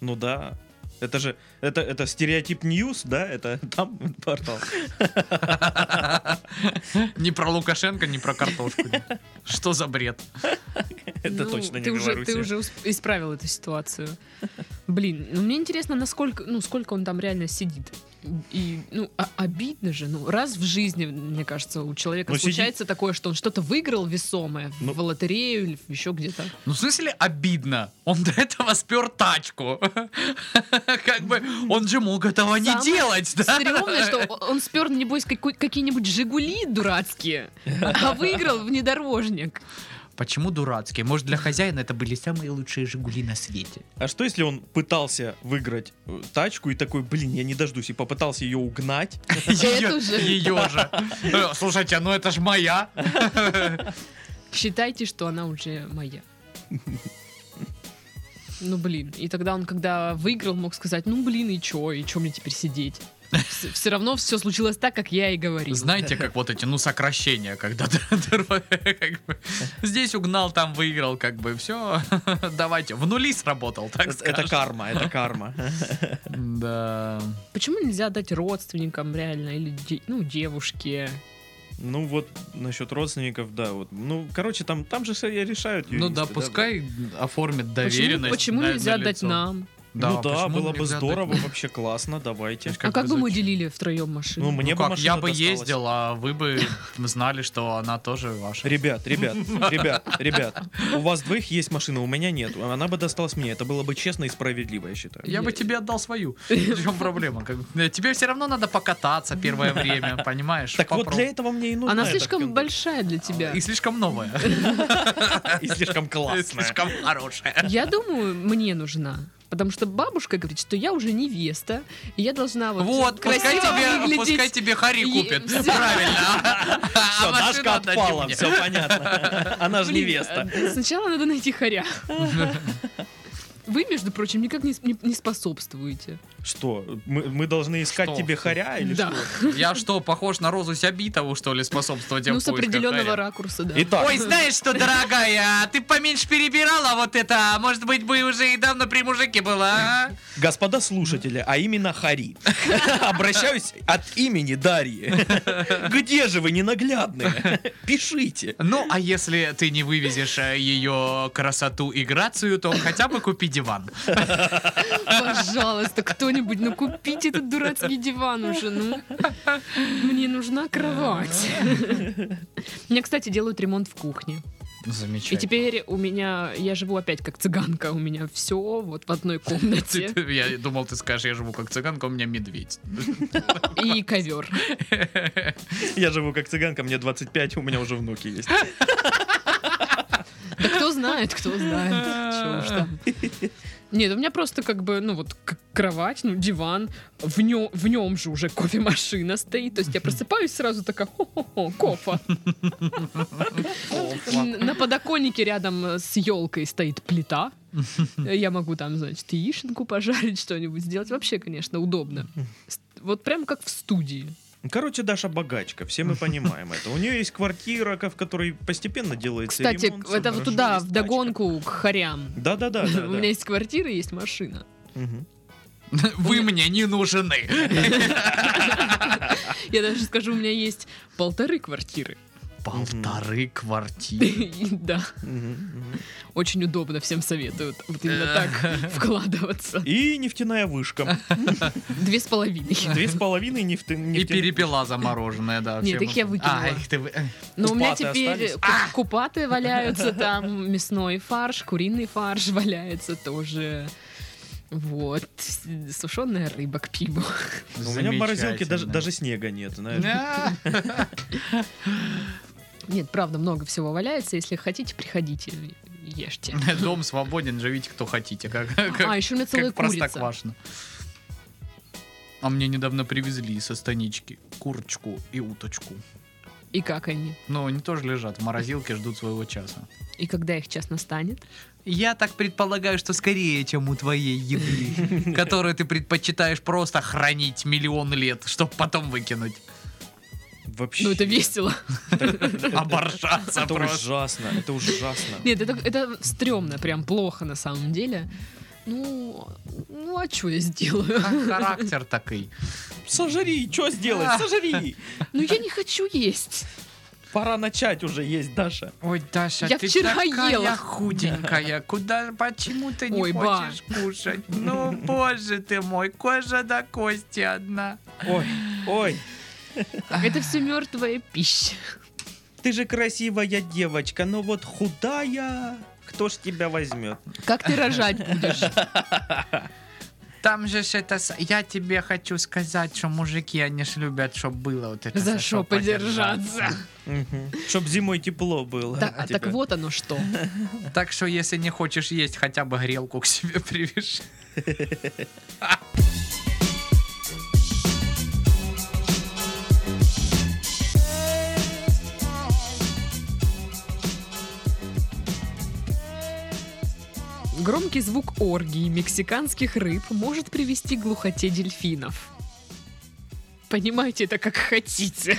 S2: Ну да. Это же, это, это стереотип Ньюс, да, это там портал.
S1: Ни про Лукашенко, ни про картошку. Что за бред?
S2: Это
S3: Ну,
S2: точно не
S3: ты уже,
S2: Беларусь.
S3: ты уже усп- исправил эту ситуацию. Блин, ну мне интересно, насколько, ну, сколько он там реально сидит. И, ну, а- обидно же, ну, раз в жизни, мне кажется, у человека
S2: Ну, сидит-
S3: случается такое, что он что-то выиграл весомое
S2: Ну.
S3: в лотерею или еще где-то.
S1: Ну, в смысле, обидно. Он до этого спер тачку. Как бы, он же мог этого не
S3: Самое
S1: делать, да?
S3: Стремно, что о- он спер, небось, какой- какие-нибудь «Жигули» дурацкие, а выиграл внедорожник.
S1: Почему дурацкий? Может, для хозяина это были самые лучшие «Жигули» на свете.
S2: А что если он пытался выиграть э, тачку и такой, блин, я не дождусь, и попытался ее угнать?
S1: Ее
S3: Эту же.
S1: же. Э, Слушайте, ну это ж моя.
S3: Считайте, что она уже моя. Ну, блин. И тогда он, когда выиграл, мог сказать, ну, блин, и чё, и чё мне теперь сидеть? Все, равно все случилось так, как я и говорил.
S1: Знаете, как вот эти, ну, сокращения, когда ты- ты как бы здесь угнал, там выиграл, как бы все, давайте, в нули сработал, так
S2: Это, это
S1: скажем.
S2: карма, это карма.
S1: Да.
S3: Почему нельзя дать родственникам реально или де- ну, девушке?
S2: Ну вот насчет родственников, да, вот. Ну, короче, там, там же все решают.
S1: Ну
S2: юристы,
S1: да, пускай оформит доверенность.
S3: почему почему
S1: на-
S3: нельзя
S1: на
S3: дать
S1: лицо.
S3: нам?
S2: ну да,
S1: почему
S2: было бы
S1: нельзя дать
S2: здорово,
S1: нам?
S2: вообще классно, давайте.
S1: Как
S3: а как
S1: бы
S3: бы мы
S1: зачем?
S3: делили втроем машину?
S2: Ну, мне
S1: ну
S2: бы
S1: как, я
S2: машина
S1: бы
S2: досталась.
S1: ездил, а вы бы знали, что она тоже ваша.
S2: Ребят, ребят, ребят, ребят, у вас двоих есть машина, у меня нет. Она бы досталась мне. Это было бы честно и справедливо, я считаю.
S1: Я бы тебе отдал свою. В чем проблема? Как бы, Тебе все равно надо покататься первое время, понимаешь?
S2: Так вот
S1: Попробовать.
S2: для этого мне и нужно.
S3: Она слишком большая для тебя.
S1: И слишком новая.
S2: и слишком
S1: И
S2: классная.
S1: слишком хорошая.
S3: Я думаю, мне нужна. Потому что бабушка говорит, что я уже невеста, и я должна вот,
S1: Вот, пускай
S3: красиво
S1: тебе,
S3: выглядеть.
S1: пускай тебе Хари
S3: И-
S1: купит.
S3: всё.
S1: Правильно.
S2: Все,
S1: А машину
S2: Дашка
S1: отдайте
S2: отпала,
S1: мне.
S2: все понятно. Она же
S3: Блин,
S2: невеста.
S3: э, Сначала надо найти хоря. Вы, между прочим, никак не, с- не- не способствуете.
S2: Что? Мы, мы должны искать
S1: Что?
S2: тебе хоря или
S3: да.
S2: что?
S1: Я что, похож на Розу Сябитову, что ли, способствовать
S3: Ну,
S1: в
S3: с
S1: поисках
S3: определенного
S1: Харя?
S3: ракурса, да.
S2: Итак,
S1: Ой, знаешь что, дорогая, а ты поменьше перебирала вот это. а Может быть, бы уже и давно при мужике была, а?
S2: господа слушатели, а именно Хари. Обращаюсь от имени Дарьи. Где же вы ненаглядные? Пишите.
S1: Ну, а если ты не вывезешь э, ее красоту и грацию, то хотя бы купи диван.
S3: Пожалуйста, кто-нибудь, ну купите этот дурацкий диван уже, ну. Мне нужна кровать. Мне, кстати, делают ремонт в кухне. И
S1: Замечательно.
S3: теперь у меня, я живу опять как цыганка, у меня все вот в одной комнате
S1: Ты- Я думал, ты скажешь, я живу как цыганка, у меня медведь.
S3: и ковер.
S2: Я живу как цыганка, мне 25, у меня уже внуки есть.
S3: Да кто знает, кто знает. Чего уж там. Нет, у меня просто как бы, ну вот к- кровать, ну диван, в нем, в нем же уже кофемашина стоит, то есть я просыпаюсь сразу такая, хо-хо-хо, кофа. Н- На подоконнике рядом э, с елкой стоит плита. Я могу там, значит, яишенку пожарить, что-нибудь сделать. Вообще, конечно, удобно. С- Вот прям как в студии.
S2: Короче, Даша богачка, все мы понимаем это. У нее есть квартира, ка- в которой постепенно делается
S3: Кстати,
S2: ремонт,
S3: к- это вот
S2: хорошо,
S3: туда,
S2: есть
S3: в
S2: тачка.
S3: догонку к хорям.
S2: Да-да-да. да,
S3: У меня
S2: да.
S3: есть квартира, есть машина.
S2: Мгм.
S1: Вы мне не нужны.
S3: Я даже скажу, у меня есть полторы квартиры.
S1: Полторы квартиры.
S3: И Да,
S2: Мгм, мгм.
S3: очень удобно, всем советуют вот именно
S2: Э.
S3: так вкладываться.
S2: И нефтяная вышка.
S3: Две с половиной.
S2: Две с половиной нефты-
S1: И
S2: нефтяных
S1: перепела замороженная, да.
S3: Нет,
S1: всем
S3: их я
S1: это-
S3: выкинула.
S1: А, их ты вы-
S3: Но Ну, у меня
S2: Купаты
S3: теперь
S2: остались?
S3: ку- купаты валяются там, мясной фарш, куриный фарш валяется тоже. Вот, сушеная рыба к пиву.
S2: У меня в морозилке даже,
S1: Замечательно.
S2: даже снега нет, знаешь.
S1: Да.
S3: Нет, правда, много всего валяется. Если хотите, приходите, ешьте.
S1: Дом свободен, живите кто хотите. Как, как-
S3: А, еще у меня целая
S1: как
S3: курица.
S1: простоквашино. А мне недавно привезли со станички курочку и уточку.
S3: И как они?
S1: Но они тоже лежат в морозилке, ждут своего часа.
S3: И когда их час настанет?
S1: Я так предполагаю, что скорее, чем у твоей еды, которую ты предпочитаешь просто хранить миллион лет, чтобы потом выкинуть.
S2: Вообще.
S3: Ну, это весело.
S1: Оборжаться
S2: Это
S1: просто.
S2: ужасно, это ужасно.
S3: Нет, это, это стрёмно, прям плохо на самом деле. Ну, ну а что я сделаю?
S1: А Характер такой.
S2: Сожри, что сделать? Сожри!
S3: Ну я не хочу есть.
S2: Пора начать уже есть, Даша.
S1: Ой, Даша,
S3: Я
S1: ты
S3: вчера
S1: такая
S3: ела.
S1: худенькая. Куда, почему ты не
S3: Ой, ба.
S1: хочешь кушать? Ну, боже ты мой, кожа до кости одна.
S2: Ой, ой,
S3: Это все мертвая пища.
S2: ты же красивая девочка, но вот худая. Кто ж тебя возьмет?
S3: Как ты рожать будешь?
S1: Там же ж это... с- Я тебе хочу сказать, что мужики, они ж любят, чтобы было вот это...
S3: За что подержаться?
S2: Чтоб зимой тепло было.
S3: Так, а так
S2: Тебе.
S3: вот оно что.
S1: Так что, если не хочешь есть, хотя бы грелку к себе привяжи.
S3: Громкий звук оргии мексиканских рыб может привести к глухоте дельфинов. Понимаете это как хотите.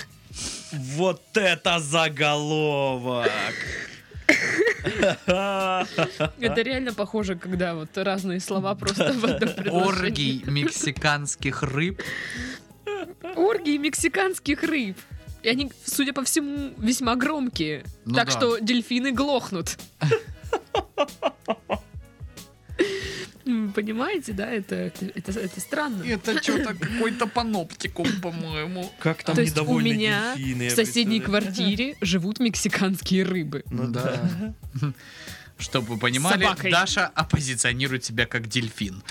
S2: Вот это заголовок!
S3: Это реально похоже, когда вот разные слова просто в одном предложении.
S1: Оргий мексиканских рыб.
S3: Оргии мексиканских рыб. И они, судя по всему, весьма громкие.
S1: Ну
S3: так
S1: да.
S3: что дельфины глохнут. М, Понимаете, да, это, это, это странно.
S1: Это что-то какой-то паноптикум, по-моему.
S2: Как там
S3: То есть у
S2: недовольны
S3: меня
S2: дельфины, я
S3: в соседней
S2: представляю.
S3: квартире живут мексиканские рыбы.
S2: Ну
S1: да. Чтобы вы понимали,
S3: Собакой.
S1: Даша оппозиционирует себя как дельфин.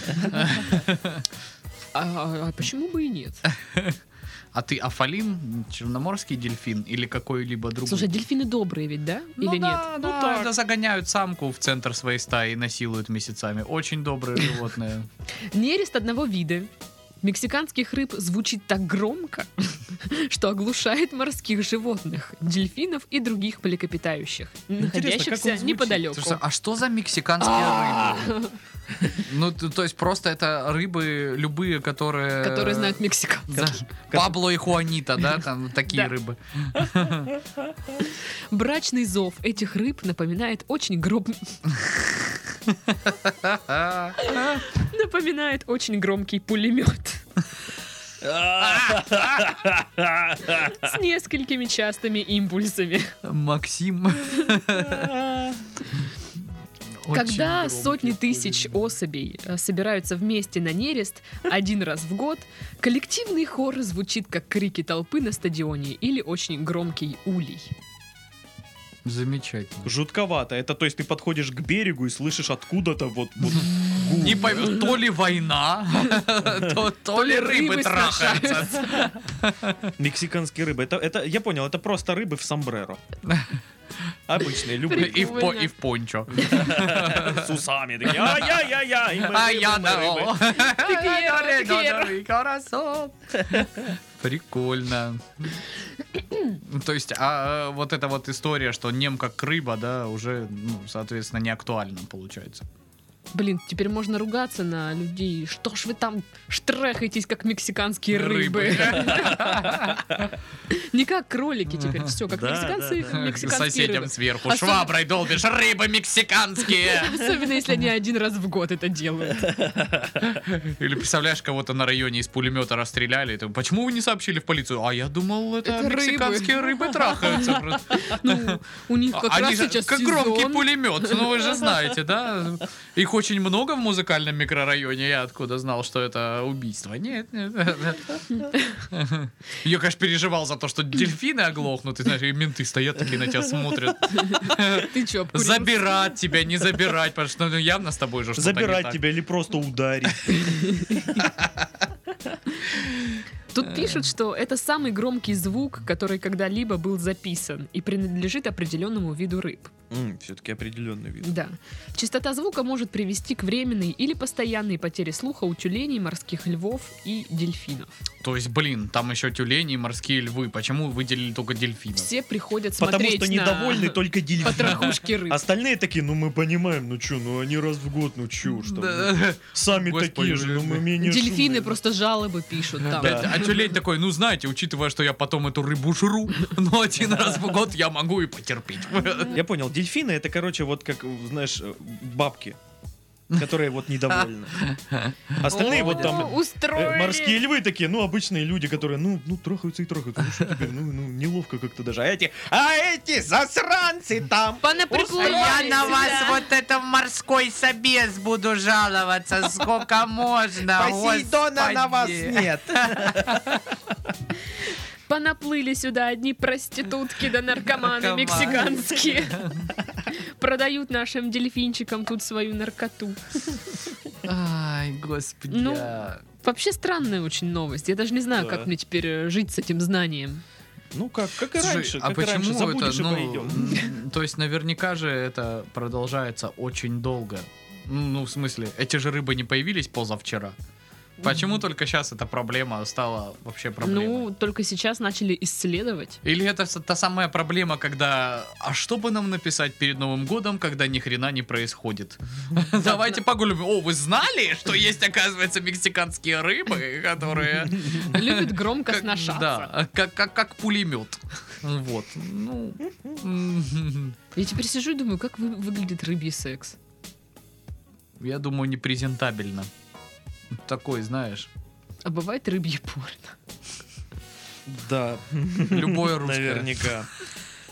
S3: А, а почему бы и нет?
S1: А ты Афалин, черноморский дельфин или какой-либо другой?
S3: Слушай, а дельфины добрые ведь, да?
S1: Ну
S3: Или нет?
S1: да, да,
S2: так.
S1: да, загоняют самку в центр своей стаи и насилуют месяцами. Очень доброе животное.
S3: Нерест одного вида мексиканских рыб звучит так громко, что оглушает морских животных, дельфинов и других млекопитающих,
S2: Интересно, как
S3: находящихся
S2: он звучит?
S3: неподалеку.
S1: Слушай, а что за
S3: А.
S1: мексиканские рыбы? Ну, т- то есть просто это рыбы любые,
S2: а,
S1: которые...
S3: Которые знают мексиканцев.
S1: Да. Пабло и Хуанита, да, там такие
S3: Да.
S1: рыбы.
S3: Брачный зов этих рыб напоминает очень гроб...
S1: А.
S3: напоминает очень громкий пулемет А!
S2: А!
S3: с несколькими частыми импульсами.
S1: Максим.
S3: Когда сотни тысяч особей э, собираются вместе на нерест один раз в год, коллективный хор звучит как крики толпы на стадионе или очень громкий улей.
S1: Замечательно.
S2: Жутковато. Это то есть ты подходишь к берегу и слышишь откуда-то вот... вот гул.
S1: Не пойму, то ли война, то, то ли рыбы трахаются.
S2: Мексиканские рыбы. Это, это, я понял, это просто рыбы в сомбреро. Обычные, любые.
S1: И в, по- и в пончо.
S2: С усами. Такие, ай-яй-яй-яй. и мы
S1: А
S2: рыбы,
S1: я
S2: мы рыбы».
S1: на
S3: Тегера, тегера.
S1: Прикольно. То есть, а э, вот эта вот история, что нем как рыба, да, уже, ну, соответственно, не актуальна получается.
S3: Блин, теперь можно ругаться на людей. Что ж вы там штрехаетесь, как мексиканские рыбы? Не как кролики теперь, все, как
S2: Да,
S3: мексиканцы,
S2: да,
S3: как мексиканские
S1: Соседям
S3: рыбы.
S1: сверху
S3: Особенно-
S1: шваброй долбишь, рыбы мексиканские.
S3: Особенно, если они один раз в год это делают.
S1: Или представляешь, кого-то на районе из пулемета расстреляли. и ты, Почему вы не сообщили в полицию? А я думал, это,
S3: Это рыбы.
S1: мексиканские рыбы, трахаются. просто».
S3: Ну, у них как
S1: А Они
S3: раз
S1: же
S3: сейчас
S1: как громкий
S3: сезон.
S1: пулемет. Ну вы же знаете, да? Их очень много в музыкальном микрорайоне. Я откуда знал, что это убийство? Нет, нет. Я, конечно, переживал за то, что дельфины оглохнут, и знаешь, и менты стоят такие на тебя смотрят.
S3: Ты чё, обкурился?
S1: Забирать тебя, не забирать, потому что ну, явно с тобой же что-то не
S2: Забирать
S1: так.
S2: тебя или просто ударить. Э.
S3: Тут пишут, что это самый громкий звук, который когда-либо был записан и принадлежит определенному виду рыб.
S2: Все-таки определенный вид.
S3: Да. Частота звука может привести к временной или постоянной потере слуха у тюленей, морских львов и дельфинов.
S1: То есть, блин, там еще тюлени и морские львы. Почему выделили только дельфинов?
S3: Все приходят
S2: Потому
S3: смотреть
S2: что недовольны
S3: на
S2: только дельфины.
S3: потрохушки рыб.
S2: Остальные такие, ну мы понимаем, ну чё, ну они раз в год, ну чё, что
S1: Да.
S2: сами
S1: Господи,
S2: такие же, ну мы менее
S3: Дельфины
S2: шумные.
S3: просто жалобы пишут там.
S1: Да, А тюлень такой, ну знаете, учитывая, что я потом эту рыбу жру, но один раз в год я могу и потерпеть.
S2: Я понял, дельфины это, короче, вот как, знаешь, э, бабки, которые вот недовольны. Остальные вот
S3: О,
S2: там... э,
S3: устроили.
S2: Морские львы такие, ну, обычные люди, которые, ну, ну, трахаются и трахаются. Ну, что теперь, ну, ну, неловко как-то даже. А эти, а эти засранцы там.
S1: а
S3: Понаприплывали сюда.
S1: вот это в морской собес буду жаловаться, сколько можно.
S2: Посейдона на вас нет.
S3: Понаплыли сюда одни проститутки да наркоманы
S1: Наркоманы.
S3: мексиканские. Продают нашим дельфинчикам тут свою наркоту.
S1: Ай, господи.
S3: Ну, Вообще странная очень новость. Я даже не знаю,
S2: Да.
S3: как мне теперь э, жить с этим знанием.
S2: Ну, как, как и
S1: Слушай,
S2: раньше,
S1: а
S2: как и раньше,
S1: почему это,
S2: забудешь и
S1: ну,
S2: пойдем.
S1: м, то есть наверняка же это ну, продолжается очень долго. Ну, в смысле, эти же рыбы не появились позавчера. Почему только сейчас эта проблема стала вообще проблемой?
S3: Ну, только сейчас начали исследовать.
S1: Или это с- та самая проблема, когда А что бы нам написать перед Новым годом, когда ни хрена не происходит? Давайте погулим. О, вы знали, что есть, оказывается, мексиканские рыбы, которые.
S3: Любит громко
S1: как-
S3: сношаться.
S1: Да, как, как, как пулемет. Вот. Ну. м,
S3: Я теперь сижу и думаю, как вы- выглядит рыбий секс.
S1: Я думаю, непрезентабельно. Такой, знаешь,
S3: А бывает рыбье порно.
S2: Да,
S1: любое русское.
S2: наверняка.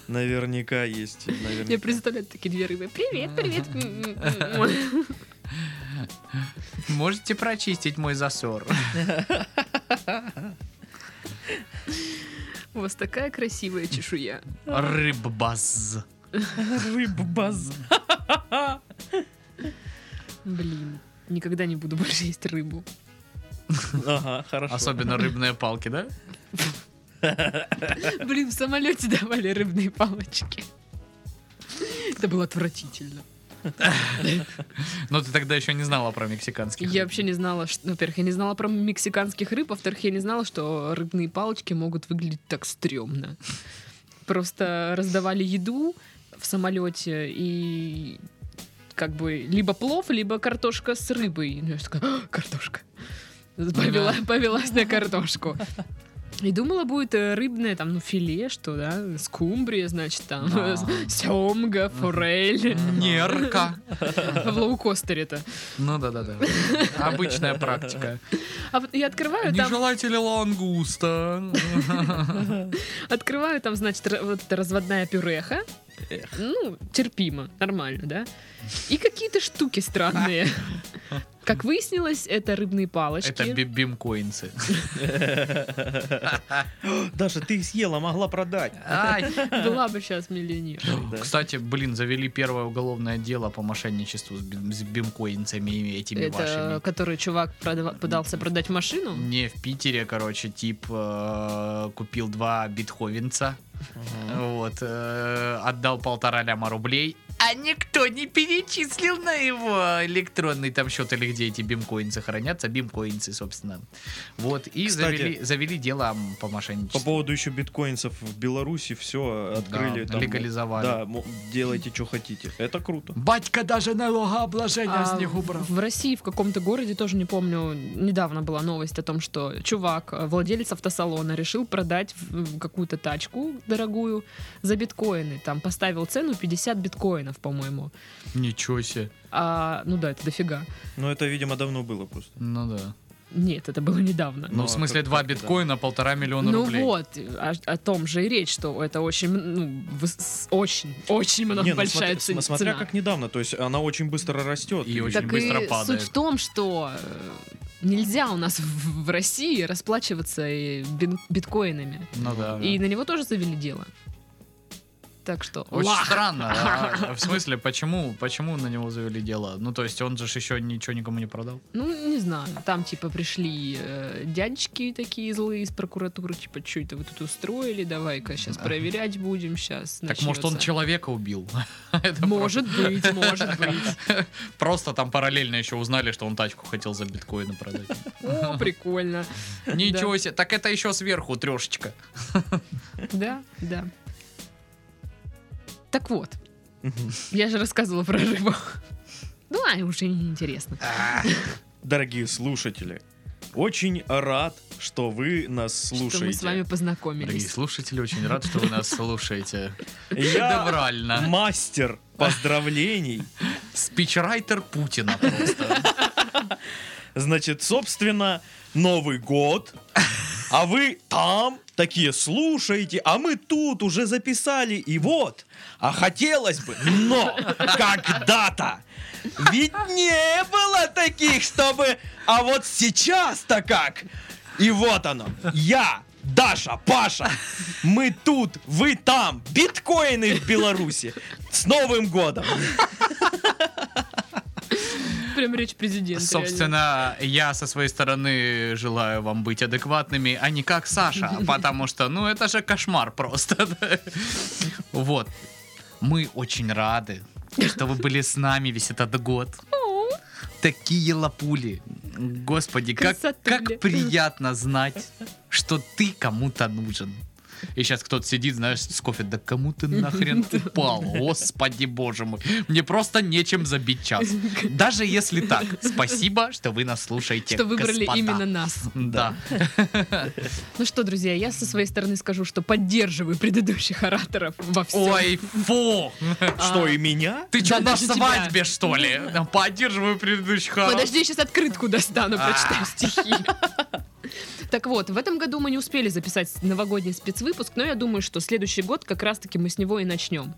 S2: Наверняка есть.
S3: Я
S2: Наверняка.
S3: представляю такие две рыбы. Привет, привет. м, м, м.
S1: Можете прочистить мой засор.
S3: У вас такая красивая чешуя.
S1: Рыббаз.
S2: Рыббаз.
S3: Блин, никогда не буду больше есть рыбу.
S2: Ага, хорошо.
S1: Особенно рыбные палки, да?
S3: Блин, в самолете давали рыбные палочки. Это было отвратительно.
S1: Но ты тогда еще не знала про мексиканских.
S3: Я вообще не знала, что, во-первых, я не знала про мексиканских рыб, во-вторых, я не знала, что рыбные палочки могут выглядеть так стрёмно. Просто раздавали еду в самолете и как бы либо плов, либо картошка с рыбой. Ну, я ж такая, «А, картошка. Повела, повелась на картошку. И думала, будет э, рыбное там, ну, филе, что, да, скумбрия, значит, там,
S1: Да.
S3: семга, форель.
S1: Нерка.
S3: В лоукостере-то.
S1: Ну да, да, да. Обычная практика.
S3: А вот я открываю,
S1: Не
S3: там
S1: желаете ли лангуста?
S3: Открываю там, значит, р- вот эта разводная пюреха.
S2: Эх.
S3: Ну, терпимо, нормально, да? И какие-то штуки странные. Как выяснилось, это рыбные
S1: Это
S3: палочки.
S1: бибимкоинцы.
S2: Даша, ты их съела, могла продать.
S1: Ай.
S3: Была бы сейчас миллионер.
S2: Да.
S1: Кстати, блин, завели первое уголовное дело по мошенничеству с бим- с бимкоинцами и этими
S3: Это
S1: вашими.
S3: который чувак продава- пытался продать машину.
S1: Не, в Питере, короче, тип э, купил два битховенца, вот, э, отдал полтора ляма рублей, а никто не перечислил на его электронный там счет или где эти бимкоинцы хранятся, бимкоинцы, собственно. Вот, и
S2: Кстати.
S1: завели, завели дело по
S2: По
S1: мошенничеству.
S2: поводу еще биткоинцев в Беларуси все открыли.
S1: Да,
S2: там,
S1: легализовали.
S2: Да, мо- делайте, что хотите. Это круто.
S1: Батька даже налогообложение
S3: А
S1: с них убрал.
S3: в России в каком-то городе, тоже не помню, недавно была новость о том, что чувак, э, владелец автосалона, решил продать в- в какую-то тачку дорогую за биткоины. Там поставил цену 50 биткоинов, по-моему.
S1: Ничего себе.
S3: А, ну да, это дофига.
S2: Но это, видимо, давно было просто.
S1: Ну да.
S3: Нет, это было недавно.
S1: Ну,
S2: Ну,
S1: в смысле,
S2: как-
S1: два
S2: как-то да.
S1: биткоина, полтора миллиона
S3: ну
S1: рублей.
S3: вот, о, о том же и речь, что это очень, м- ну, выс- с- очень, очень много
S2: Не, ну,
S3: большая
S2: смотря,
S3: ц-
S2: см- смотря
S3: цена.
S2: как недавно, то есть она очень быстро растет.
S1: И очень
S3: так
S1: быстро
S3: и
S1: падает.
S3: суть в том, что э, нельзя у нас в, в России расплачиваться и бин- биткоинами.
S1: Ну да.
S3: И на него тоже завели дело. Так что,
S1: Очень
S3: лах.
S1: странно. а, в смысле, почему, почему на него завели дело? Ну, то есть он же ж еще ничего никому не продал.
S3: ну не знаю, там типа пришли э, дядечки такие злые из прокуратуры, типа, что это вы тут устроили, давай-ка сейчас проверять будем, сейчас
S1: Так может он человека убил? Это
S3: Может быть, может быть.
S1: Просто там параллельно еще узнали, что он тачку хотел за биткоины продать.
S3: О, прикольно.
S1: Ничего себе. Так это еще сверху трешечка.
S3: Да, да. Так вот,
S2: Мгм.
S3: я же рассказывала про рыбу. Ну, а уже неинтересно.
S1: А,
S2: Дорогие слушатели, очень рад, что вы нас
S3: Что мы с вами
S2: слушаете.
S1: Дорогие
S3: познакомились.
S1: слушатели, очень рад, что вы нас слушаете.
S2: Я
S1: Шедеврально.
S2: мастер поздравлений.
S1: Спичрайтер Путина просто.
S2: Значит, собственно, Новый год. А вы там такие слушаете, а мы тут уже записали, и вот. А хотелось бы, но когда-то. Ведь не было таких, чтобы... А вот сейчас-то как? И вот оно. Я, Даша, Паша, мы тут, вы там. Биткоины в Беларуси. С Новым годом.
S3: Прям речь президента. реально.
S1: Собственно, я со своей стороны желаю вам быть адекватными, а не как Саша, потому что, ну, это же кошмар просто. Вот. Мы очень рады, что вы были с нами весь этот год.
S3: О,
S1: такие лапули. Господи, как,
S3: Красотуля.
S1: как приятно знать, что ты кому-то нужен. И сейчас кто-то сидит, знаешь, с кофе, да кому ты нахрен упал? Господи боже мой, мне просто нечем забить час. Даже если так, спасибо, что вы нас слушаете,
S3: Что выбрали
S1: господа.
S3: именно нас.
S1: Да.
S3: Ну что, друзья, я со своей стороны скажу, что поддерживаю предыдущих ораторов во всем.
S1: Ой, фу!
S2: Что, и меня?
S1: Ты
S3: Да
S1: что, на
S3: даже тебя.
S1: свадьбе, что ли? Поддерживаю предыдущих
S3: Подожди, я сейчас открытку достану,
S1: А.
S3: прочитаю стихи. Так вот, в этом году мы не успели записать новогодний спецвыпуск, но я думаю, что следующий год как раз-таки мы с него и начнем.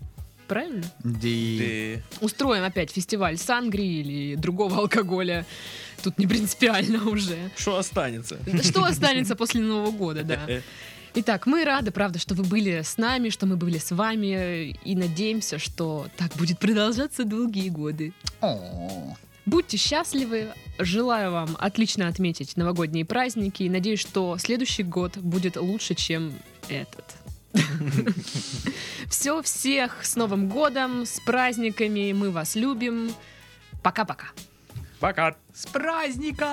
S3: Правильно?
S1: Ди.
S3: Устроим опять фестиваль сангри или другого алкоголя. Тут не принципиально уже.
S2: Что останется?
S3: Да Что останется после Нового года, да. Итак, мы рады, правда, что вы были с нами, что мы были с вами, и надеемся, что так будет продолжаться долгие годы.
S1: О.
S3: Будьте счастливы. Желаю вам отлично отметить новогодние праздники. И надеюсь, что следующий год будет лучше, чем этот. Все, всех с Новым годом, с праздниками. Мы вас любим. Пока-пока.
S2: Пока.
S1: С праздником!